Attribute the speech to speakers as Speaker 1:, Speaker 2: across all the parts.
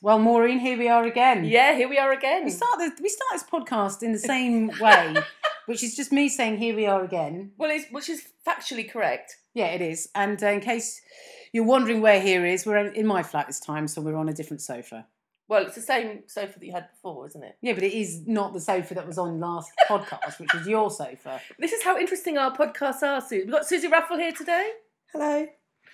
Speaker 1: Well, Maureen, here we are again.
Speaker 2: Yeah, here we are again.
Speaker 1: We start the, we start this podcast in the same way, which is just me saying here we are again.
Speaker 2: Well, it's, which is factually correct.
Speaker 1: Yeah, it is. And uh, in case you're wondering where here is, we're in, in my flat this time, so we're on a different sofa.
Speaker 2: Well, it's the same sofa that you had before, isn't it?
Speaker 1: Yeah, but it is not the sofa that was on last podcast, which was your sofa.
Speaker 2: This is how interesting our podcasts are, Susie. We've got Susie Raffle here today.
Speaker 3: Hello.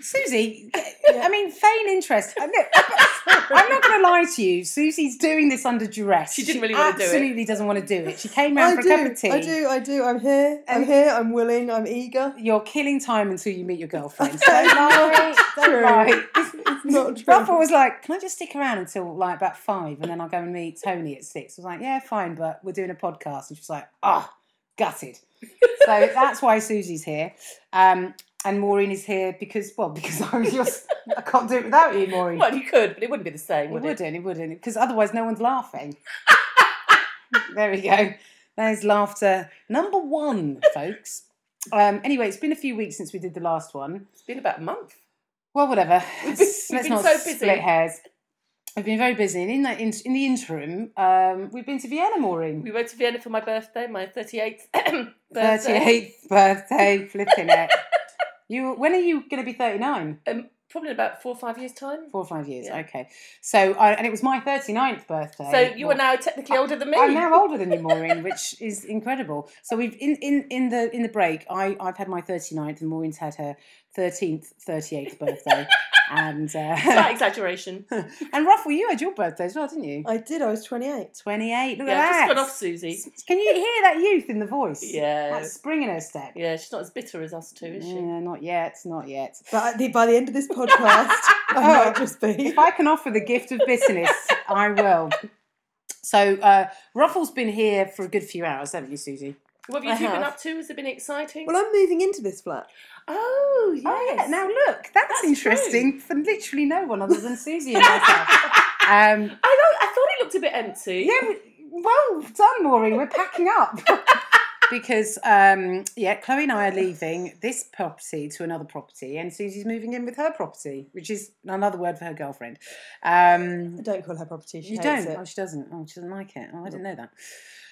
Speaker 1: Susie, I mean, feign interest. I mean, I'm not going to lie to you. Susie's doing this under duress.
Speaker 2: She didn't really wanna do it.
Speaker 1: Absolutely doesn't want to do it. She came round
Speaker 3: I
Speaker 1: for
Speaker 3: do.
Speaker 1: a cup of tea.
Speaker 3: I do. I do. I'm here. I'm
Speaker 1: Um,
Speaker 3: here. I'm willing. I'm eager.
Speaker 1: You're killing time until you meet your girlfriend. Don't lie. Don't
Speaker 3: True.
Speaker 1: lie.
Speaker 3: It's, it's not true.
Speaker 1: Ruffle was like, "Can I just stick around until like about five, and then I'll go and meet Tony at six? I was like, "Yeah, fine, but we're doing a podcast." And she was like, "Ah, gutted." so that's why Susie's here, um, and Maureen is here because well, because I was just I can't do it without you, Maureen.
Speaker 2: Well, you could, but it wouldn't be the same,
Speaker 1: it
Speaker 2: would it?
Speaker 1: wouldn't, it wouldn't, because otherwise no one's laughing. there we go. There's laughter number one, folks. Um, anyway, it's been a few weeks since we did the last one.
Speaker 2: It's been about a month.
Speaker 1: Well, whatever.
Speaker 2: We've been-
Speaker 1: Let's
Speaker 2: we've been
Speaker 1: not
Speaker 2: so busy.
Speaker 1: split hairs. I've been very busy, and in that in, in the interim, um, we've been to Vienna, Maureen.
Speaker 2: We went to Vienna for my birthday, my 38th birthday.
Speaker 1: Thirty eighth birthday, flipping it. You, when are you going to be thirty nine?
Speaker 2: Um, probably in about four or five years' time.
Speaker 1: Four or five years,
Speaker 2: Yeah.
Speaker 1: okay. So, I and it was my 39th birthday.
Speaker 2: So you
Speaker 1: Well,
Speaker 2: are now technically older than me.
Speaker 1: I'm now older than you, Maureen, which is incredible. So we've in, in, in the in the break, I, I've had my 39th and Maureen's had her 13th, 38th birthday. and
Speaker 2: Slight
Speaker 1: uh,
Speaker 2: exaggeration.
Speaker 1: and Ruffle, you had your birthday as well, didn't you?
Speaker 3: I did. I was 28.
Speaker 1: 28. Look
Speaker 2: yeah, I've
Speaker 1: at
Speaker 2: just
Speaker 1: that.
Speaker 2: gone off Susie.
Speaker 1: Can you hear that youth in the voice?
Speaker 2: Yeah.
Speaker 1: That spring in her step.
Speaker 2: Yeah, she's not as bitter as us two, is she?
Speaker 1: Yeah, not yet, not yet.
Speaker 3: But at the, by the end of this podcast, I
Speaker 1: Oh.
Speaker 3: might just be.
Speaker 1: If I can offer the gift of bitterness, I will. So, uh, Ruffle's been here for a good few hours, haven't you, Susie?
Speaker 2: What
Speaker 3: I
Speaker 2: have you two been
Speaker 3: have.
Speaker 2: up to? Has it been exciting?
Speaker 3: Well, I'm moving into this flat.
Speaker 2: oh, yes.
Speaker 1: Oh, yeah. Now, look, that's,
Speaker 2: That's
Speaker 1: interesting for literally no one other than Susie and myself. um,
Speaker 2: I, know, I thought it looked a bit empty.
Speaker 1: yeah, we- well done, Maureen. We're packing up. Because um, yeah, Chloe and I are leaving this property to another property, and Susie's moving in with her property, which is another word for her girlfriend. Um,
Speaker 3: I don't call her property. She
Speaker 1: you
Speaker 3: hates
Speaker 1: don't?
Speaker 3: it.
Speaker 1: Oh, she doesn't. Oh, she doesn't like it. Oh, I didn't know
Speaker 2: Mm.
Speaker 1: that.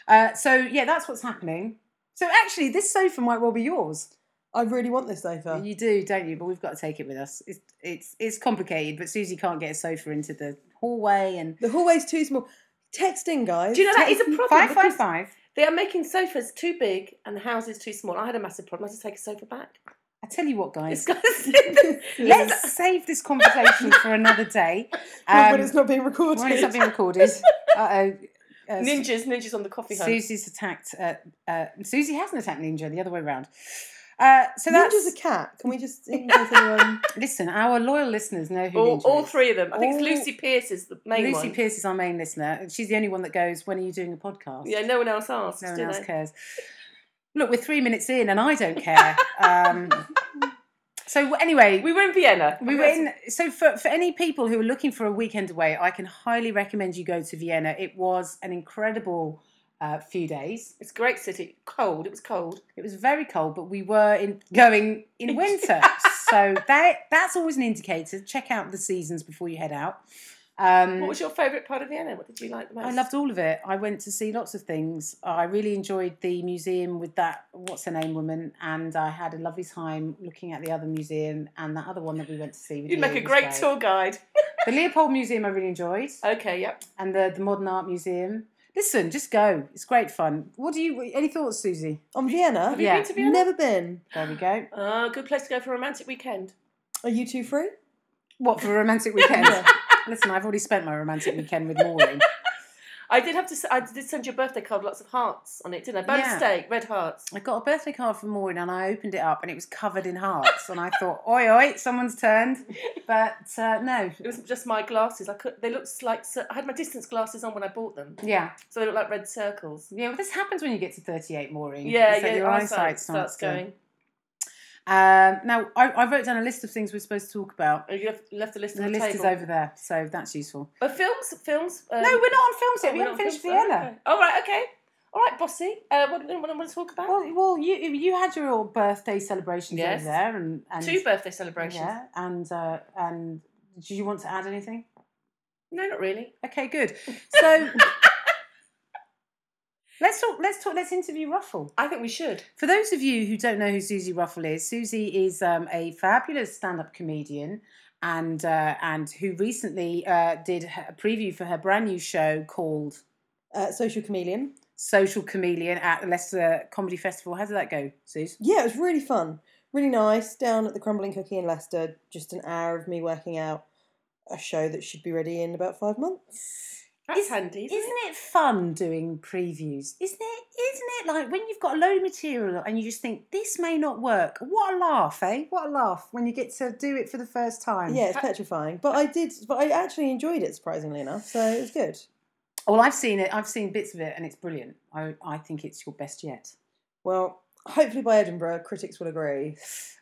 Speaker 1: Uh, so yeah, that's what's happening. So actually, this sofa might well be yours.
Speaker 3: I really want this sofa.
Speaker 1: You do, don't you? But we've got to take it with us. It's it's it's complicated, but Susie can't get a sofa into the hallway and
Speaker 3: The hallway's too small. Text in, guys.
Speaker 2: Do you know that is a problem?
Speaker 1: five five
Speaker 2: because
Speaker 1: five.
Speaker 2: They are making sofas too big and the house is too small. I had a massive problem. I had to take a sofa back.
Speaker 1: I tell you what, guys.
Speaker 2: It's got to sit-
Speaker 1: Let's save this conversation for another day.
Speaker 3: Not
Speaker 1: Um,
Speaker 3: when it's not being recorded.
Speaker 1: when it's not being recorded. Uh-oh. Uh,
Speaker 2: ninjas, ninjas on the coffee hunt.
Speaker 1: Susie's attacked. Uh, uh, Susie hasn't attacked Ninja. The other way around. Uh, so that's
Speaker 3: Ninja's a cat. Can we just in case anyone?
Speaker 1: listen. Our loyal listeners know who
Speaker 2: all,
Speaker 1: Ninja
Speaker 2: all
Speaker 1: is.
Speaker 2: three of them. I think
Speaker 1: All-
Speaker 2: it's Lucy Pierce is the main
Speaker 1: Lucy
Speaker 2: one.
Speaker 1: Pierce is our main listener. and She's the only one that goes. When are you doing a podcast?
Speaker 2: Yeah, no one else asks.
Speaker 1: No one
Speaker 2: do
Speaker 1: else
Speaker 2: they?
Speaker 1: cares. Look, we're three minutes in, and I don't care. Um, so anyway, we,
Speaker 2: We were in Vienna.
Speaker 1: we were in. So for for any people who are looking for a weekend away, I can highly recommend you go to Vienna. It was an incredible uh, few days.
Speaker 2: It's a great city. Cold. It was cold.
Speaker 1: It was very cold, but we were in going in winter. so that that's always an indicator. Check out the seasons before you head out. Um,
Speaker 2: What was your favourite part of Vienna? What did you like the most?
Speaker 1: I loved all of it. I went to see lots of things. I really enjoyed the museum with that what's her name woman, and I had a lovely time looking at the other museum and that other one that we went to see. With
Speaker 2: You'd
Speaker 1: Leo
Speaker 2: make a
Speaker 1: was
Speaker 2: great tour guide.
Speaker 1: The Leopold Museum I really enjoyed,
Speaker 2: Okay, yep.
Speaker 1: and the the Modern Art Museum. Listen, just go. It's great fun. What do you? Any thoughts, Susie?
Speaker 3: On Vienna.
Speaker 2: Have you
Speaker 1: Yeah.
Speaker 2: been to Vienna?
Speaker 3: Never been.
Speaker 1: There we go.
Speaker 2: Oh, good place to go for a romantic weekend.
Speaker 3: Are you two free?
Speaker 1: What for a romantic weekend?
Speaker 3: Yeah.
Speaker 1: Listen, I've already spent my romantic weekend with Maureen.
Speaker 2: I did have to. s- I did send you a birthday card, with lots of hearts on it, didn't I? By
Speaker 1: Yeah.
Speaker 2: mistake, red hearts.
Speaker 1: I got a birthday card from Maureen and I opened it up and it was covered in hearts. And I thought, oi, oi, someone's turned. But uh, no.
Speaker 2: It was just my glasses. I could. They looked like. cir- I had my distance glasses on when I bought them,
Speaker 1: Yeah.
Speaker 2: so they looked like red circles.
Speaker 1: Yeah, well, this happens when you get to 38, Maureen.
Speaker 2: Yeah,
Speaker 1: is that
Speaker 2: yeah.
Speaker 1: Your eyesight, starts, to-
Speaker 2: going.
Speaker 1: Um, now, I, I wrote down a list of things we're supposed to talk about.
Speaker 2: Oh, You left, left the list
Speaker 1: The
Speaker 2: on the
Speaker 1: list
Speaker 2: table.
Speaker 1: is over there, so that's useful.
Speaker 2: But films, films. Um,
Speaker 1: no, we're not on films
Speaker 2: oh,
Speaker 1: yet. we
Speaker 2: we're
Speaker 1: haven't
Speaker 2: not on
Speaker 1: finished
Speaker 2: films.
Speaker 1: Vienna.
Speaker 2: Okay. All right. Okay. All right, bossy. Uh, what, what, what do I want to talk about?
Speaker 1: Well, well, you you had your little birthday celebrations
Speaker 2: Yes.
Speaker 1: over there, and, and
Speaker 2: Two birthday celebrations.
Speaker 1: Yeah, and uh, and did you want to add anything?
Speaker 2: No, not really.
Speaker 1: Okay, good. So let's talk. Let's talk. Let's interview Ruffle.
Speaker 2: I think we should.
Speaker 1: For those of you who don't know who Susie Ruffle is, Susie is um, a fabulous stand-up comedian, and uh, and who recently uh, did her- a preview for her brand new show called
Speaker 3: Uh, Social Chameleon.
Speaker 1: Social Chameleon at the Leicester Comedy Festival. How did that go, Suze?
Speaker 3: Yeah, it was really fun. Really nice. Down at the Crumbling Cookie in Leicester, just an hour of me working out a show that should be ready in about five months.
Speaker 2: That's
Speaker 1: Is-
Speaker 2: handy. Isn't,
Speaker 1: Isn't it fun doing previews? Isn't it? Isn't it like when you've got a load of material and you just think this may not work? What a laugh, eh? What a laugh when you get to do it for the first time.
Speaker 3: Yeah, it's petrifying, but I did. But I actually enjoyed it surprisingly enough, so it was good.
Speaker 1: Well, I've seen it. I've seen bits of it, and it's brilliant. I I think it's your best yet.
Speaker 3: Well, hopefully by Edinburgh, critics will agree.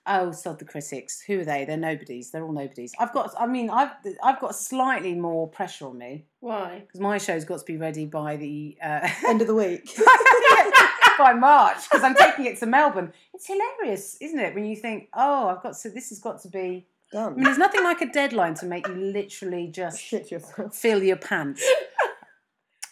Speaker 1: Oh, sod the critics. Who are they? They're nobodies. They're all nobodies. I've got. I mean, I've I've got slightly more pressure on me
Speaker 2: Why?
Speaker 1: because my show's got to be ready by the uh,
Speaker 3: End of the week.
Speaker 1: by March because I'm taking it to Melbourne. It's hilarious, isn't it? When you think, oh, I've got to. This has got to be. I mean,
Speaker 3: Done.
Speaker 1: there's nothing like a deadline to make you literally just
Speaker 3: Shit yourself.
Speaker 1: fill your pants.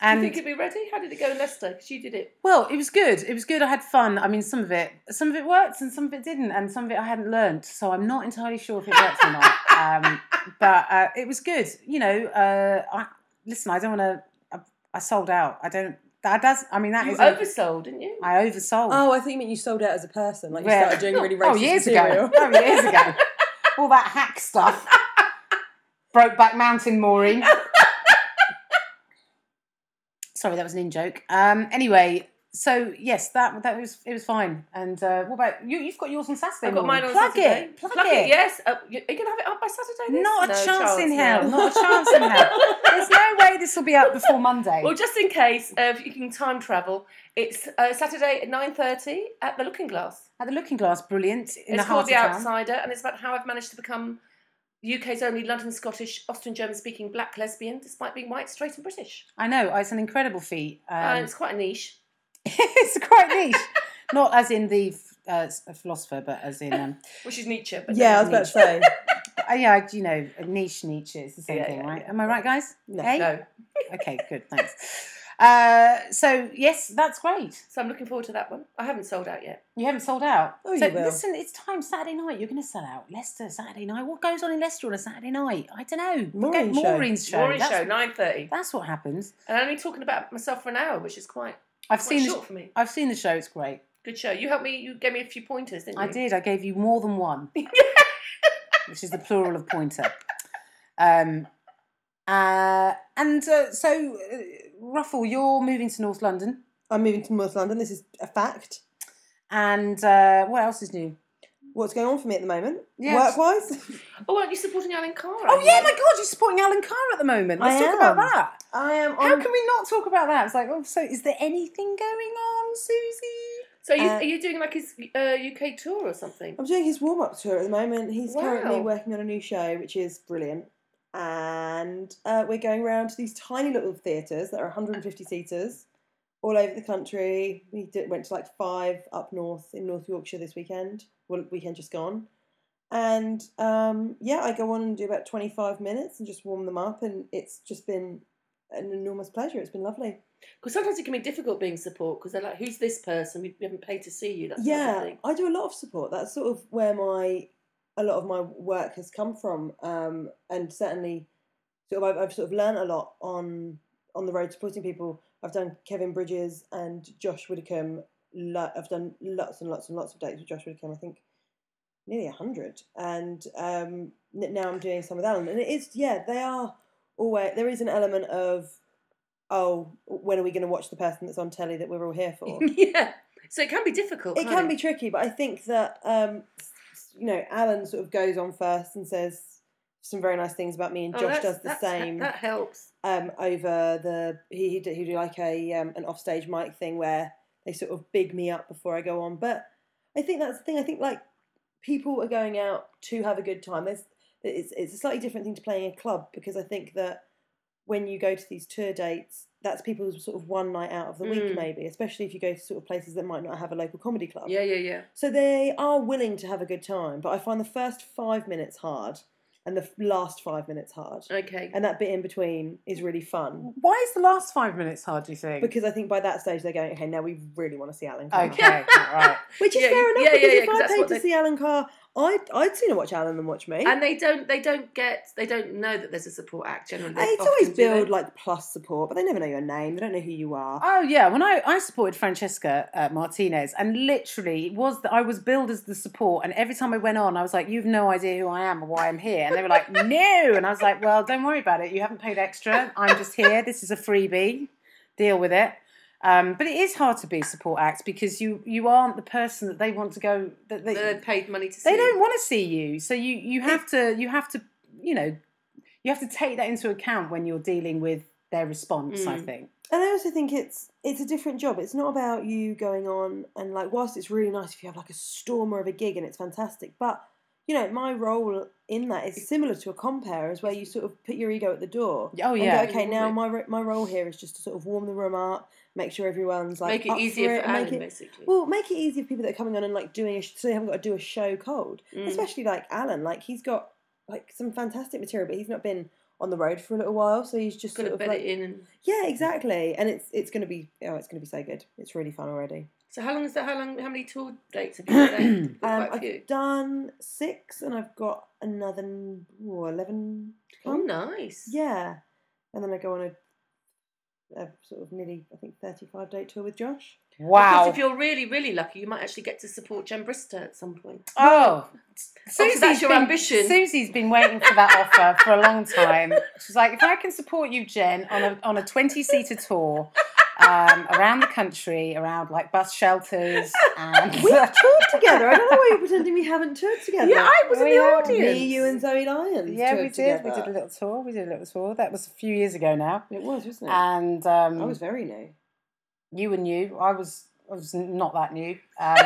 Speaker 2: And Do you think it'd be ready? How did it go in Leicester? Because you did it.
Speaker 1: Well, it was good. It was good. I had fun. I mean, some of it, some of it worked, and some of it didn't, and some of it I hadn't learnt. So I'm not entirely sure if it worked or not. Um, but uh, it was good. You know, uh, I, listen. I don't want to. I, I sold out. I don't. That does. I mean, that
Speaker 2: You
Speaker 1: is. a-
Speaker 2: oversold, didn't you?
Speaker 1: I oversold.
Speaker 3: Oh, I think you meant you sold out as a person. Like you
Speaker 1: Yeah.
Speaker 3: started doing really racist
Speaker 1: oh, years
Speaker 3: material.
Speaker 1: ago. Oh, years ago. All that hack stuff. Brokeback Mountain, Maureen. Sorry, that was an in joke. Um, anyway, so yes, that that was it was fine. And uh, what about you? You've got yours on Saturday.
Speaker 2: I've got
Speaker 1: Maureen.
Speaker 2: mine on
Speaker 1: plug
Speaker 2: Saturday.
Speaker 1: It, plug, it.
Speaker 2: Yes. Uh, you- are you gonna have it up by Saturday? this?
Speaker 1: Not a
Speaker 2: No
Speaker 1: chance
Speaker 2: chance,
Speaker 1: in
Speaker 2: no.
Speaker 1: hell. Not a chance in hell. There's no way this will be out before Monday.
Speaker 2: Well, just in case uh, if you can time travel, it's uh, Saturday at nine thirty at the Looking Glass.
Speaker 1: At the Looking Glass, brilliant in
Speaker 2: it's
Speaker 1: the
Speaker 2: called
Speaker 1: heart
Speaker 2: The
Speaker 1: of town.
Speaker 2: Outsider, and it's about how I've managed to become UK's only London Scottish, Austrian German speaking black lesbian, despite being white, straight, and British.
Speaker 1: I know it's an incredible feat. Um,
Speaker 2: Uh, it's quite a niche.
Speaker 1: it's quite niche. Not as in the uh, s- philosopher, but as in um,
Speaker 2: Which is Nietzsche. But
Speaker 3: Yeah, I was about to say.
Speaker 1: uh, yeah, you know, niche Nietzsche. It's the same
Speaker 2: Yeah,
Speaker 1: thing,
Speaker 2: yeah,
Speaker 1: right?
Speaker 2: yeah.
Speaker 1: Am I right, guys?
Speaker 3: No.
Speaker 1: Eh?
Speaker 2: No.
Speaker 1: Okay, good. Thanks. Uh, so yes, that's great.
Speaker 2: So I'm looking forward to that one. I haven't sold out yet.
Speaker 1: You haven't sold out.
Speaker 3: Oh,
Speaker 1: so
Speaker 3: you will.
Speaker 1: listen, it's time Saturday night. You're going to sell out. Leicester Saturday night. What goes on in Leicester on a Saturday night? I don't know.
Speaker 3: Maureen's show.
Speaker 1: Maureen's show.
Speaker 2: Morning
Speaker 1: that's,
Speaker 2: show, nine thirty.
Speaker 1: that's what happens.
Speaker 2: And I'm only talking about myself for an hour, which is quite,
Speaker 1: I've
Speaker 2: quite
Speaker 1: seen. The,
Speaker 2: short for me.
Speaker 1: I've seen the show. It's great.
Speaker 2: Good show. You helped me. You gave me a few pointers, didn't you?
Speaker 1: I did. I gave you more than one, which is the plural of pointer. Um, uh, and uh, so, uh, Ruffle, you're moving to North London,
Speaker 3: I'm moving to North London. This is a fact.
Speaker 1: and uh, what else is new?
Speaker 3: What's going on for me at the moment?
Speaker 1: Yeah.
Speaker 3: Work wise?
Speaker 2: Oh, aren't you supporting Alan Carr?
Speaker 1: Oh yeah, my God, you're supporting Alan Carr at the moment. Let's
Speaker 3: I
Speaker 1: talk about
Speaker 3: am.
Speaker 1: that.
Speaker 3: I am
Speaker 1: How
Speaker 3: on.
Speaker 1: can we not talk about that? It's like, oh, so is there anything going on, Susie?
Speaker 2: So you,
Speaker 3: Uh,
Speaker 2: are you doing like his uh, UK tour or something?
Speaker 3: I'm doing his warm up tour at the moment. He's
Speaker 2: Wow.
Speaker 3: currently working on a new show, which is brilliant. And uh, we're going around to these tiny little theatres that are 150 seaters all over the country. We did, went to like five up north in North Yorkshire this weekend. Well, weekend just gone. And um, yeah, I go on and do about 25 minutes and just warm them up. And it's just been an enormous pleasure. It's been lovely.
Speaker 2: Because sometimes it can be difficult being support because they're like, who's this person? We, we haven't paid to see you. That's
Speaker 3: yeah
Speaker 2: thing.
Speaker 3: i do a lot of support that's sort of where my a lot of my work has come from um, and certainly sort of I've, I've sort of learned a lot on on the road supporting people i've done kevin bridges and josh widdicombe lo- i've done lots and lots and lots of dates with josh widdicombe i think nearly 100 and um, n- now i'm doing some with alan and it is yeah they are always there is an element of oh when are we going to watch the person that's on telly that we're all here for
Speaker 2: yeah. So it can be difficult.
Speaker 3: it can be tricky, but I think that um, you know Alan sort of goes on first and says some very nice things about
Speaker 2: Oh,
Speaker 3: me, and Josh does the same
Speaker 2: That helps.
Speaker 3: um, over the he he did, he did like a um, an offstage mic thing where they sort of big me up before I go on. But I think that's the thing. I think like people are going out to have a good time. There's it's it's a slightly different thing to playing a club because I think that when you go to these tour dates, that's people's sort of one night out of the
Speaker 2: Mm.
Speaker 3: week maybe, especially if you go to sort of places that might not have a local comedy club.
Speaker 2: Yeah, yeah, yeah.
Speaker 3: So they are willing to have a good time, but I find the first five minutes hard. and the f- last five minutes hard.
Speaker 2: Okay.
Speaker 3: And that bit in between is really fun
Speaker 1: Why is the last five minutes hard? Do you think?
Speaker 3: because I think by that stage they're going, okay, now we really want to see Alan Carr.
Speaker 1: okay, right.
Speaker 3: Which is
Speaker 2: Yeah,
Speaker 3: fair
Speaker 2: you-
Speaker 3: enough
Speaker 2: yeah, yeah,
Speaker 3: because
Speaker 2: yeah,
Speaker 3: if
Speaker 2: 'cause
Speaker 3: I
Speaker 2: that's
Speaker 3: paid
Speaker 2: what
Speaker 3: to
Speaker 2: they-
Speaker 3: see Alan Carr, I'd, I'd sooner watch Alan than watch me.
Speaker 2: And they don't they don't get they don't know that there's a support act generally.
Speaker 3: it's
Speaker 2: often,
Speaker 3: always
Speaker 2: do they?
Speaker 3: build like plus support, but they never know your name. They don't know who you are.
Speaker 1: Oh yeah, when I, I supported Francesca uh, Martinez, and literally it was that I was billed as the support, and every time I went on, I was like, "You've no idea who I am or why I'm here," and they were like, "No," and I was like, "Well, don't worry about it. You haven't paid extra. I'm just here. This is a freebie. Deal with it." Um, but it is hard to be support act because you you aren't the person that they want to go that they,
Speaker 2: They're paid money to see.
Speaker 1: they don't want to see you so you you have to you have to you know you have to take that into account when you're dealing with their response i
Speaker 2: Mm.
Speaker 1: think
Speaker 3: And I also think it's it's a different job. It's not about you going on and like whilst it's really nice if you have like a stormer of a gig and it's fantastic, but you know, my role in that is similar to a compare, is where you sort of put your ego at the door.
Speaker 1: oh
Speaker 3: And
Speaker 1: yeah
Speaker 3: go, okay,
Speaker 2: You
Speaker 3: now
Speaker 2: warm
Speaker 3: my ro- my role here is just to sort of warm the room up, make sure everyone's like
Speaker 2: make it
Speaker 3: up
Speaker 2: easier
Speaker 3: it
Speaker 2: for
Speaker 3: and
Speaker 2: Alan
Speaker 3: make it,
Speaker 2: basically.
Speaker 3: well, make it easier for people that are coming on and like doing a sh- so they haven't got to do a show cold.
Speaker 2: Mm.
Speaker 3: Especially like Alan, like he's got like some fantastic material, but he's not been on the road for a little while, so he's just
Speaker 2: Got
Speaker 3: sort
Speaker 2: to
Speaker 3: of
Speaker 2: bed
Speaker 3: like,
Speaker 2: it in. And...
Speaker 3: yeah, exactly. And it's it's gonna be oh, it's gonna be so good. It's really fun already.
Speaker 2: So how long is that? How long? How many tour dates have you got? there? You've got
Speaker 3: Um,
Speaker 2: Quite a few.
Speaker 3: I've done six, and I've got another n- ooh, eleven. to
Speaker 2: Oh,
Speaker 3: come.
Speaker 2: nice.
Speaker 3: Yeah, and then I go on a, a sort of nearly I think thirty-five date tour with Josh.
Speaker 2: Because
Speaker 1: wow
Speaker 2: if you're really, really lucky, you might actually get to support Jen Brister at some point.
Speaker 1: oh
Speaker 2: Obviously, that's your
Speaker 1: been,
Speaker 2: ambition.
Speaker 1: Susie's been waiting for that offer for a long time. She's like, if I can support you, Jen, on a on a twenty seater tour um, around the country, around like bus shelters, and
Speaker 3: We've toured together. I don't know why you're pretending we haven't toured together.
Speaker 2: I was
Speaker 1: in the audience.
Speaker 3: me, you, and Zoe Lyons.
Speaker 1: yeah,
Speaker 3: toured
Speaker 1: we did. We did a
Speaker 3: together.
Speaker 1: little tour. We did a little tour. That was a few years ago now,
Speaker 3: It was, wasn't it?
Speaker 1: and um,
Speaker 3: I was very new.
Speaker 1: you were new. I was I was not that new. Um,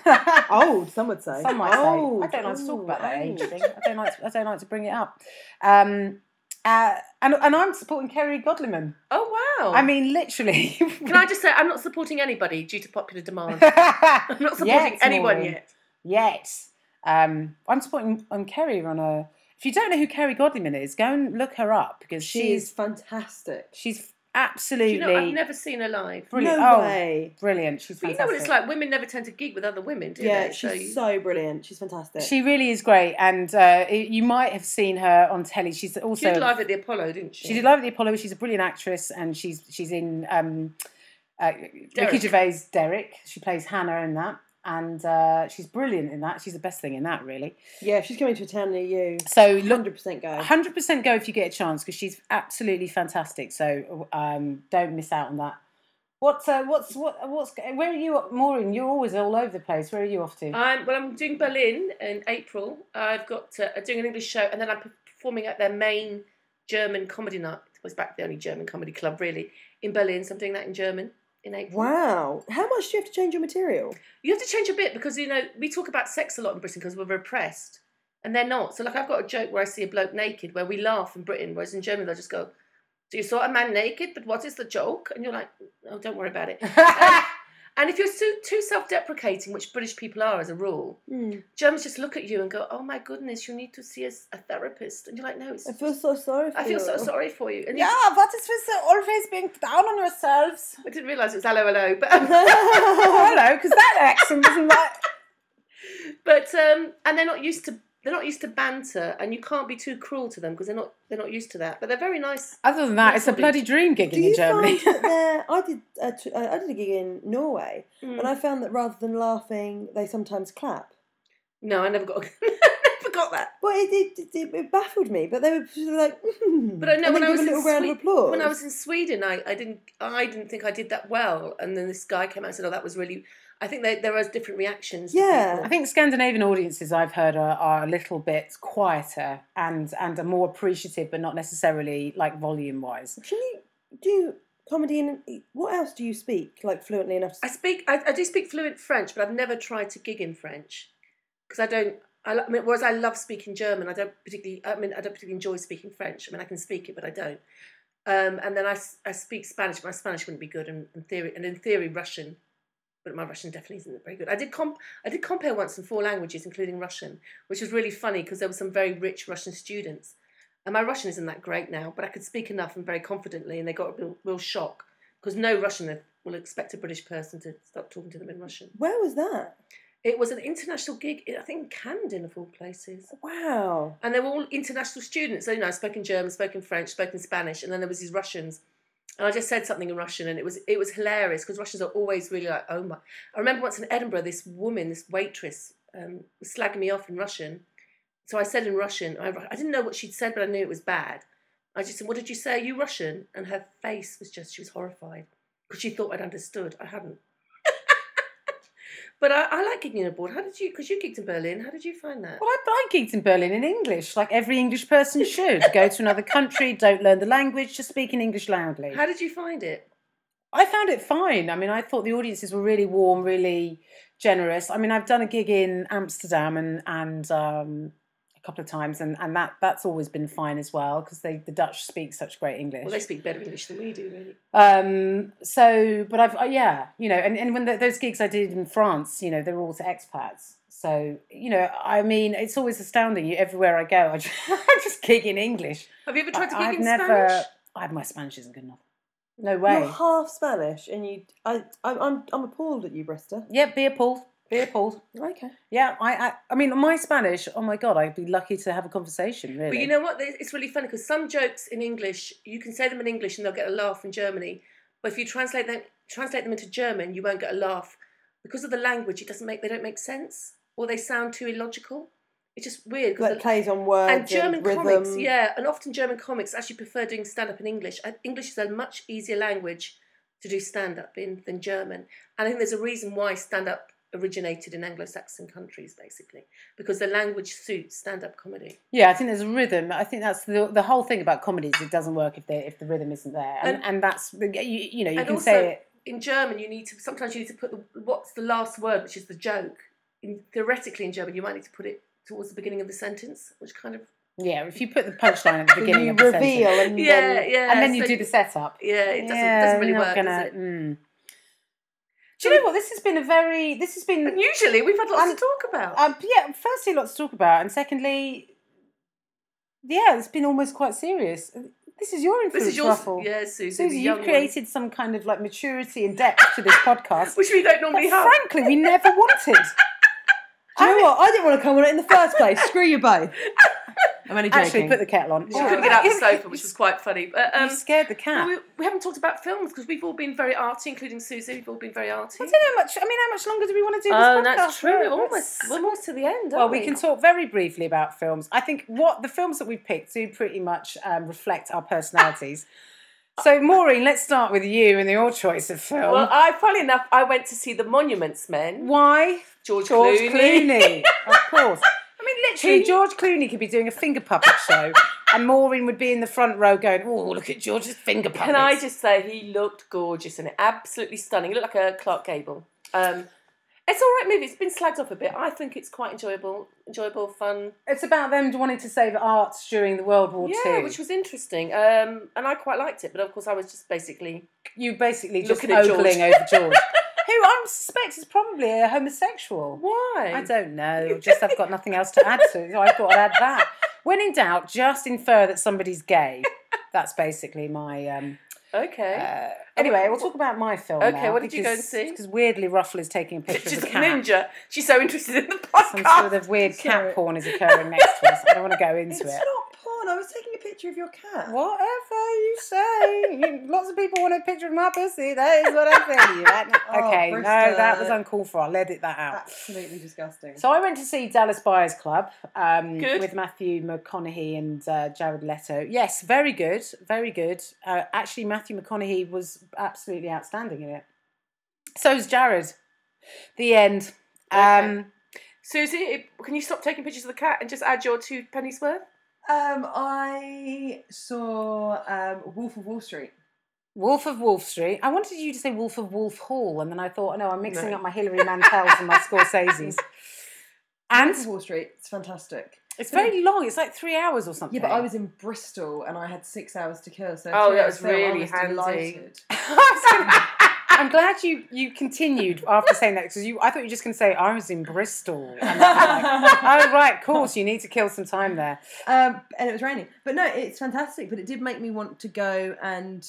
Speaker 3: Old, some would say.
Speaker 1: some might say.
Speaker 2: Oh,
Speaker 3: Old.
Speaker 1: I don't like to talk about that age
Speaker 3: old.
Speaker 1: thing. I don't like to, I don't like to bring it up. Um, uh, and and I'm supporting Kerry Godliman.
Speaker 2: Oh wow.
Speaker 1: I mean, literally.
Speaker 2: can I just say I'm not supporting anybody due to popular demand.
Speaker 1: I?
Speaker 2: I'm not supporting
Speaker 1: Yet,
Speaker 2: anyone
Speaker 1: Maureen.
Speaker 2: yet.
Speaker 1: yet, um, I'm supporting um, Kerry on a. If you don't know who Kerry Godliman is, go and look her up because
Speaker 3: She is
Speaker 1: she's
Speaker 3: fantastic.
Speaker 1: she's
Speaker 2: Do
Speaker 1: absolutely
Speaker 2: you know I've never seen her live.
Speaker 1: brilliant.
Speaker 3: No
Speaker 1: oh,
Speaker 3: way.
Speaker 1: brilliant! She's
Speaker 2: But you
Speaker 1: fantastic.
Speaker 2: know what it's like. Women never tend to gig with other women, do
Speaker 3: Yeah,
Speaker 2: they?
Speaker 3: she's so,
Speaker 2: you-
Speaker 3: brilliant. She's fantastic.
Speaker 1: She really is great, and uh, y- you might have seen her on telly. She's
Speaker 2: she
Speaker 1: also
Speaker 2: did live at the Apollo, didn't she?
Speaker 1: She did Live at the Apollo. She's a brilliant actress, and she's she's in um, uh, Ricky
Speaker 2: Derek.
Speaker 1: Gervais' Derek. She plays Hannah in that, and uh, she's brilliant in that. She's the best thing in that, really.
Speaker 3: yeah, she's coming to a town near you.
Speaker 1: So look,
Speaker 3: 100% go.
Speaker 1: hundred percent go if you get a chance because she's absolutely fantastic. So um, don't miss out on that. What's uh, what's what what's where are you, Maureen? You're always all over the place. Where are you off to?
Speaker 2: I'm, well, I'm doing Berlin in April. I've got uh, I'm doing an English show, and then I'm performing at their main German comedy night. It was back the only German comedy club really in Berlin. So I'm doing that in German in April.
Speaker 3: Wow. How much do you have to change your material?
Speaker 2: You have to change a bit because you know we talk about sex a lot in Britain because we're repressed, and they're not. So like I've got a joke where I see a bloke naked, where we laugh in Britain, whereas in Germany they just go, "So you saw a man naked, but what is the joke?" And you're like, "Oh, don't worry about it." And if you're too, too self-deprecating, which British people are as a rule,
Speaker 3: Mm.
Speaker 2: Germans just look at you and go, "Oh my goodness, you need to see a, a therapist," and you're like, "No, it's
Speaker 3: I feel so sorry for
Speaker 2: I feel so
Speaker 3: you.
Speaker 2: sorry for you." And you-
Speaker 1: yeah, what is with the uh, always being down on yourselves?
Speaker 2: I didn't realise it was hello, hello, but
Speaker 1: Oh, Hello, because that accent wasn't that.
Speaker 2: but um, and they're not used to they're not used to banter, and you can't be too cruel to them because they're not they're not used to that. But they're very nice.
Speaker 1: Other than that,
Speaker 2: No,
Speaker 1: it's a
Speaker 2: probably.
Speaker 1: bloody dream gigging
Speaker 3: Do you
Speaker 1: in Germany.
Speaker 3: find that there? I did. A t- uh, I I did a gig in Norway,
Speaker 2: Hmm.
Speaker 3: and I found that rather than laughing, they sometimes clap.
Speaker 2: No, I never got I never got that.
Speaker 3: Well, it, it, it, it baffled me, but they were sort of like, mm,
Speaker 2: But I know
Speaker 3: and
Speaker 2: when
Speaker 3: then
Speaker 2: I
Speaker 3: give
Speaker 2: was
Speaker 3: a
Speaker 2: in
Speaker 3: little round
Speaker 2: Swe-
Speaker 3: of applause.
Speaker 2: When I was in Sweden, I, I didn't I didn't think I did that well, and then this guy came out and said, "Oh, that was really." I think they, there are different reactions. to
Speaker 3: Yeah.
Speaker 2: people.
Speaker 1: I think Scandinavian audiences I've heard are, are a little bit quieter and and are more appreciative, but not necessarily like volume wise.
Speaker 3: Can you do comedy in? What else do you speak like fluently enough?
Speaker 2: I
Speaker 3: To,
Speaker 2: speak. I, I do speak fluent French, but I've never tried to gig in French because I don't. I, lo- I mean, whereas I love speaking German, I don't particularly. I mean, I don't particularly enjoy speaking French. I mean, I can speak it, but I don't. Um, and then I, s- I speak Spanish. but My Spanish wouldn't be good, and, and theory and in theory Russian. but my Russian definitely isn't very good. I did comp I did compare once in four languages, including Russian, which was really funny because there were some very rich Russian students. And my Russian isn't that great now, but I could speak enough and very confidently, and they got a real, real shock because no Russian will expect a British person to start talking to them in Russian.
Speaker 3: Where was that?
Speaker 2: It was an international gig, I think in Camden of all places.
Speaker 3: Wow.
Speaker 2: And they were all international students. So, you know, I spoke in German, spoke in French, spoke in Spanish, and then there was these Russians. And I just said something in Russian, and it was it was hilarious because Russians are always really like, oh my. I remember once in Edinburgh, this woman, this waitress, um, was slagging me off in Russian. So I said in Russian, I, I didn't know what she'd said, but I knew it was bad. I just said, what did you say? Are you Russian? And her face was just, she was horrified because she thought I'd understood. I hadn't. but I, I like gigging abroad. How did you, because you gigged in Berlin, how did you find that?
Speaker 1: Well, I, I gigged in Berlin in English, like every English person should. Go to another country, don't learn the language, just speak in English loudly.
Speaker 2: How did you find it?
Speaker 1: I found it fine. I mean, I thought the audiences were really warm, really generous. I mean, I've done a gig in Amsterdam and and um, a couple of times, and, and that that's always been fine as well because they the Dutch speak such great English.
Speaker 2: Well, they speak better English than we do, really.
Speaker 1: Um, so, but I've, uh, yeah, you know, and, and when the, those gigs I did in France, you know, they're all to expats. So, you know, I mean, it's always astounding. You, everywhere I go, I just, I just gig in English.
Speaker 2: Have you ever tried to
Speaker 1: I,
Speaker 2: gig
Speaker 1: have
Speaker 2: in
Speaker 1: never,
Speaker 2: Spanish?
Speaker 1: I, my Spanish isn't good enough. No way.
Speaker 3: You're half Spanish, and you. I, I, I'm, I'm appalled at you, Brister.
Speaker 1: Yeah, beer pulled. Beer pulled.
Speaker 3: Okay.
Speaker 1: Yeah, I, I, I mean, my Spanish, oh my God, I'd be lucky to have a conversation, really.
Speaker 2: But you know what? There's- It's really funny because some jokes in English, you can say them in English and they'll get a laugh in Germany. But if you translate them, translate them into German, you won't get a laugh because of the language. It doesn't make they don't make sense or they sound too illogical. It's just weird. 'cause
Speaker 3: Like
Speaker 2: the-
Speaker 3: plays on words
Speaker 2: and German
Speaker 3: rhythm.
Speaker 2: comics, yeah, and often German comics actually prefer doing stand up in English. I- English is a much easier language to do stand up in than German, and I think there's a reason why stand up originated in Anglo-Saxon countries, basically, because the language suits stand up comedy.
Speaker 1: Yeah, I think there's a rhythm. I think that's the the whole thing about comedies. It doesn't work if the if the rhythm isn't there, and and,
Speaker 2: And-
Speaker 1: that's you, you know you
Speaker 2: and
Speaker 1: can
Speaker 2: also-
Speaker 1: say it.
Speaker 2: in German, you need to sometimes you need to put the, what's the last word, which is the joke. In, theoretically, in German, you might need to put it towards the beginning of the sentence, which kind of
Speaker 1: Yeah, if you put the punchline at the
Speaker 3: So
Speaker 1: beginning
Speaker 3: you
Speaker 1: of the
Speaker 3: reveal
Speaker 1: sentence,
Speaker 3: and
Speaker 2: yeah,
Speaker 3: then
Speaker 2: yeah,
Speaker 1: and then you
Speaker 2: so-
Speaker 1: do the setup.
Speaker 2: yeah, it doesn't,
Speaker 1: Yeah,
Speaker 2: doesn't really
Speaker 1: not
Speaker 2: work.
Speaker 1: gonna-
Speaker 2: does it?
Speaker 1: mm. Do you know what? This has been a very this has been
Speaker 2: And usually, we've had lots
Speaker 1: And-
Speaker 2: to talk about.
Speaker 1: um, yeah. Firstly, lots to talk about, and secondly, yeah, it's been almost quite serious. This is your influence,
Speaker 2: this is your
Speaker 1: Ruffle.
Speaker 2: yeah, Susie.
Speaker 1: Susie,
Speaker 2: the
Speaker 1: you've
Speaker 2: young one,
Speaker 1: created some kind of like maturity and depth to this podcast.
Speaker 2: which we don't
Speaker 1: that
Speaker 2: normally have.
Speaker 1: frankly we never wanted.
Speaker 3: Do you know what? I didn't want to come on it in the first place. Screw you both. I'm only joking.
Speaker 1: Actually, put the kettle on.
Speaker 2: She couldn't get out of the sofa, which was quite funny. But um,
Speaker 1: you scared the cat.
Speaker 2: we, we haven't talked about films because we've all been very arty, including Susie. We've all been very arty.
Speaker 1: I don't know how much. I mean, how much longer do we want to do this podcast?
Speaker 2: We're
Speaker 1: Let's-
Speaker 2: Oh, almost, we're almost to the end.
Speaker 1: Well,
Speaker 2: aren't
Speaker 1: we can talk very briefly about films. I think what the films that we've picked do pretty much um, reflect our personalities. So, Maureen, let's start with you and your choice of film.
Speaker 2: Well, I, funnily enough, I went to see The Monuments Men.
Speaker 1: Why
Speaker 2: George,
Speaker 1: George
Speaker 2: Clooney.
Speaker 1: Clooney? of course.
Speaker 2: I mean,
Speaker 1: Actually,
Speaker 2: literally,
Speaker 1: George Clooney could be doing a finger puppet show, and Maureen would be in the front row going, "Oh, look at George's finger puppets."
Speaker 2: can I just say he looked gorgeous and absolutely stunning. He looked like a Clark Gable. Um, it's all right movie. It's been slagged off a bit. I think it's quite enjoyable, enjoyable, fun.
Speaker 1: It's about them wanting to save art during the World War
Speaker 2: yeah,
Speaker 1: Two.
Speaker 2: which was interesting. Um, and I quite liked it. But of course, I was just basically
Speaker 1: you basically just
Speaker 2: Looking at George.
Speaker 1: ogling over George, who I suspect is probably a homosexual.
Speaker 2: why?
Speaker 1: I don't know. Just I've got nothing else to add to, so I thought I'd add that. When in doubt, just infer that somebody's gay. That's basically my. Um,
Speaker 2: Okay.
Speaker 1: uh, anyway, we'll talk about my film.
Speaker 2: Okay, what did you go and see?
Speaker 1: Because weirdly, Ruffle is taking a picture
Speaker 2: She's
Speaker 1: of
Speaker 2: a
Speaker 1: a cat.
Speaker 2: ninja. She's so interested in the
Speaker 1: Some
Speaker 2: podcast.
Speaker 1: sort of weird
Speaker 3: Sorry.
Speaker 1: cat porn is occurring next to us. I don't want to go
Speaker 3: It's
Speaker 1: into it.
Speaker 3: not porn. I was taking a picture of your cat.
Speaker 1: Whatever you say. You- Lots of people want a picture of my pussy. That is what I tell you. That-
Speaker 3: Oh,
Speaker 1: okay, no,
Speaker 3: Bristol.
Speaker 1: that was uncalled for. I'll edit that out.
Speaker 3: Absolutely disgusting.
Speaker 1: So I went to see Dallas Buyers Club um,
Speaker 2: Good.
Speaker 1: with Matthew McConaughey and uh, Jared Leto. Yes, very good, very good. Uh, actually, Matthew McConaughey was absolutely outstanding in it. So is Jared. The end. Um,
Speaker 2: Susie, it- can you stop taking pictures of the cat and just add your two pennies worth?
Speaker 3: Um, I saw um, Wolf of Wall Street.
Speaker 1: Wolf of Wolf Street. I wanted you to say Wolf of Wolf Hall, and then I thought, oh, no, I'm mixing
Speaker 2: No.
Speaker 1: up my Hilary Mantels and my Scorsese's. And
Speaker 3: Wolf of Wall Street. It's fantastic.
Speaker 1: it's very long. It's like three hours or something.
Speaker 3: Yeah, but I was in Bristol and I had six hours to kill. So
Speaker 2: Oh,
Speaker 3: three
Speaker 2: that
Speaker 3: hours
Speaker 2: was
Speaker 3: film, I
Speaker 2: really
Speaker 3: was
Speaker 2: handy.
Speaker 3: delighted.
Speaker 1: I was gonna- I'm glad you you continued after saying that because you I thought you were just going to say I was in Bristol. And I was like, oh right, of course you need to kill some time there.
Speaker 3: um, and it was raining. But no, it's fantastic. But it did make me want to go and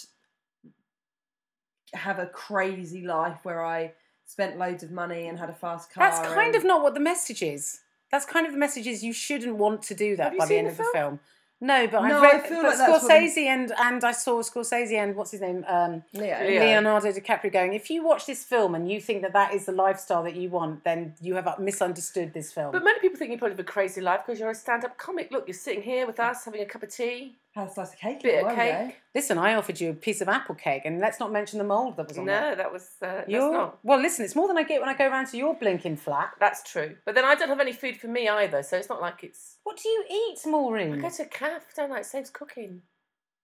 Speaker 3: have a crazy life where I spent loads of money and had a fast car.
Speaker 1: That's kind
Speaker 3: and-
Speaker 1: of not what the message is. That's kind of the message is you shouldn't want to do that
Speaker 2: Have you
Speaker 1: by the
Speaker 2: seen
Speaker 1: end
Speaker 2: the
Speaker 1: of the film. No, but
Speaker 3: No,
Speaker 1: I
Speaker 3: I
Speaker 1: read
Speaker 3: feel
Speaker 1: but
Speaker 3: like that's what the-
Speaker 1: Scorsese and and I saw Scorsese and what's his name um,
Speaker 3: Leo.
Speaker 2: Yeah.
Speaker 1: Leonardo DiCaprio going. If you watch this film and you think that that is the lifestyle that you want, then you have uh, misunderstood this film.
Speaker 2: But many people think you probably have a crazy life because you're a stand-up comic. Look, you're sitting here with us having a cup of tea,
Speaker 3: Had a slice of cake.
Speaker 2: bit of
Speaker 3: at one day.
Speaker 2: cake.
Speaker 1: Listen, I offered you a piece of apple cake, and let's not mention the mold that was on there.
Speaker 2: No, that was uh, that's
Speaker 1: Your-
Speaker 2: not.
Speaker 1: well, listen, it's more than I get when I go round to your blinking flat.
Speaker 2: That's true. But then I don't have any food for me either, so it's not like it's.
Speaker 1: What do you eat,
Speaker 2: I
Speaker 1: Maureen?
Speaker 2: go to a calf, don't I? It saves cooking.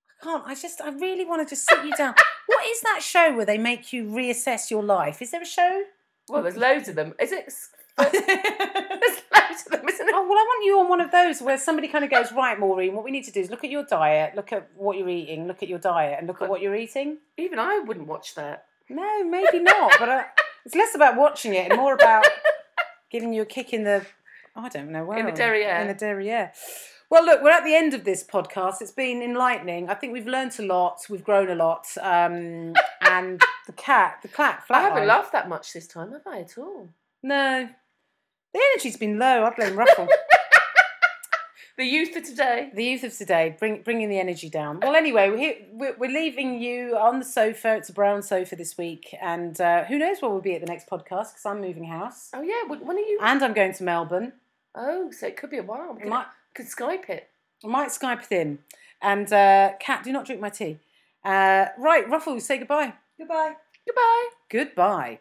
Speaker 1: I can't. I just. I really want to just sit you down. what is that show where they make you reassess your life? Is there a show? Oh.
Speaker 2: Well, there's loads of them. Is it? There's loads of them, isn't
Speaker 1: Oh
Speaker 2: it?
Speaker 1: well, I want you on one of those where somebody kind of goes, right, Maureen. What we need to do is look at your diet, look at what you're eating, look at your diet, and look at what you're eating.
Speaker 2: Even I wouldn't watch that.
Speaker 1: No, maybe not. but I, it's less about watching it and more about giving you a kick in the. I don't know where.
Speaker 2: In the derriere.
Speaker 1: In the derriere. Well, look, we're at the end of this podcast. It's been enlightening. I think we've learnt a lot. We've grown a lot. Um, and the cat, the clap,
Speaker 2: I
Speaker 1: flat.
Speaker 2: haven't laughed that much this time, have I at all?
Speaker 1: No. The energy's been low. I blame Ruffle.
Speaker 2: The youth of today.
Speaker 1: the youth of today, bring, bringing the energy down. Well, anyway, we're, here- we're, we're leaving you on the sofa. It's a brown sofa this week. And uh, who knows where we'll be at the next podcast because I'm moving house.
Speaker 2: Oh yeah, when, when are you?
Speaker 1: And I'm going to Melbourne.
Speaker 2: Oh, so it could be a while. We
Speaker 1: I
Speaker 2: could,
Speaker 1: might,
Speaker 2: could Skype it.
Speaker 1: I might Skype it in. And uh, Kat, do not drink my tea. Uh, right, Ruffle, say goodbye.
Speaker 3: Goodbye.
Speaker 2: Goodbye.
Speaker 1: Goodbye.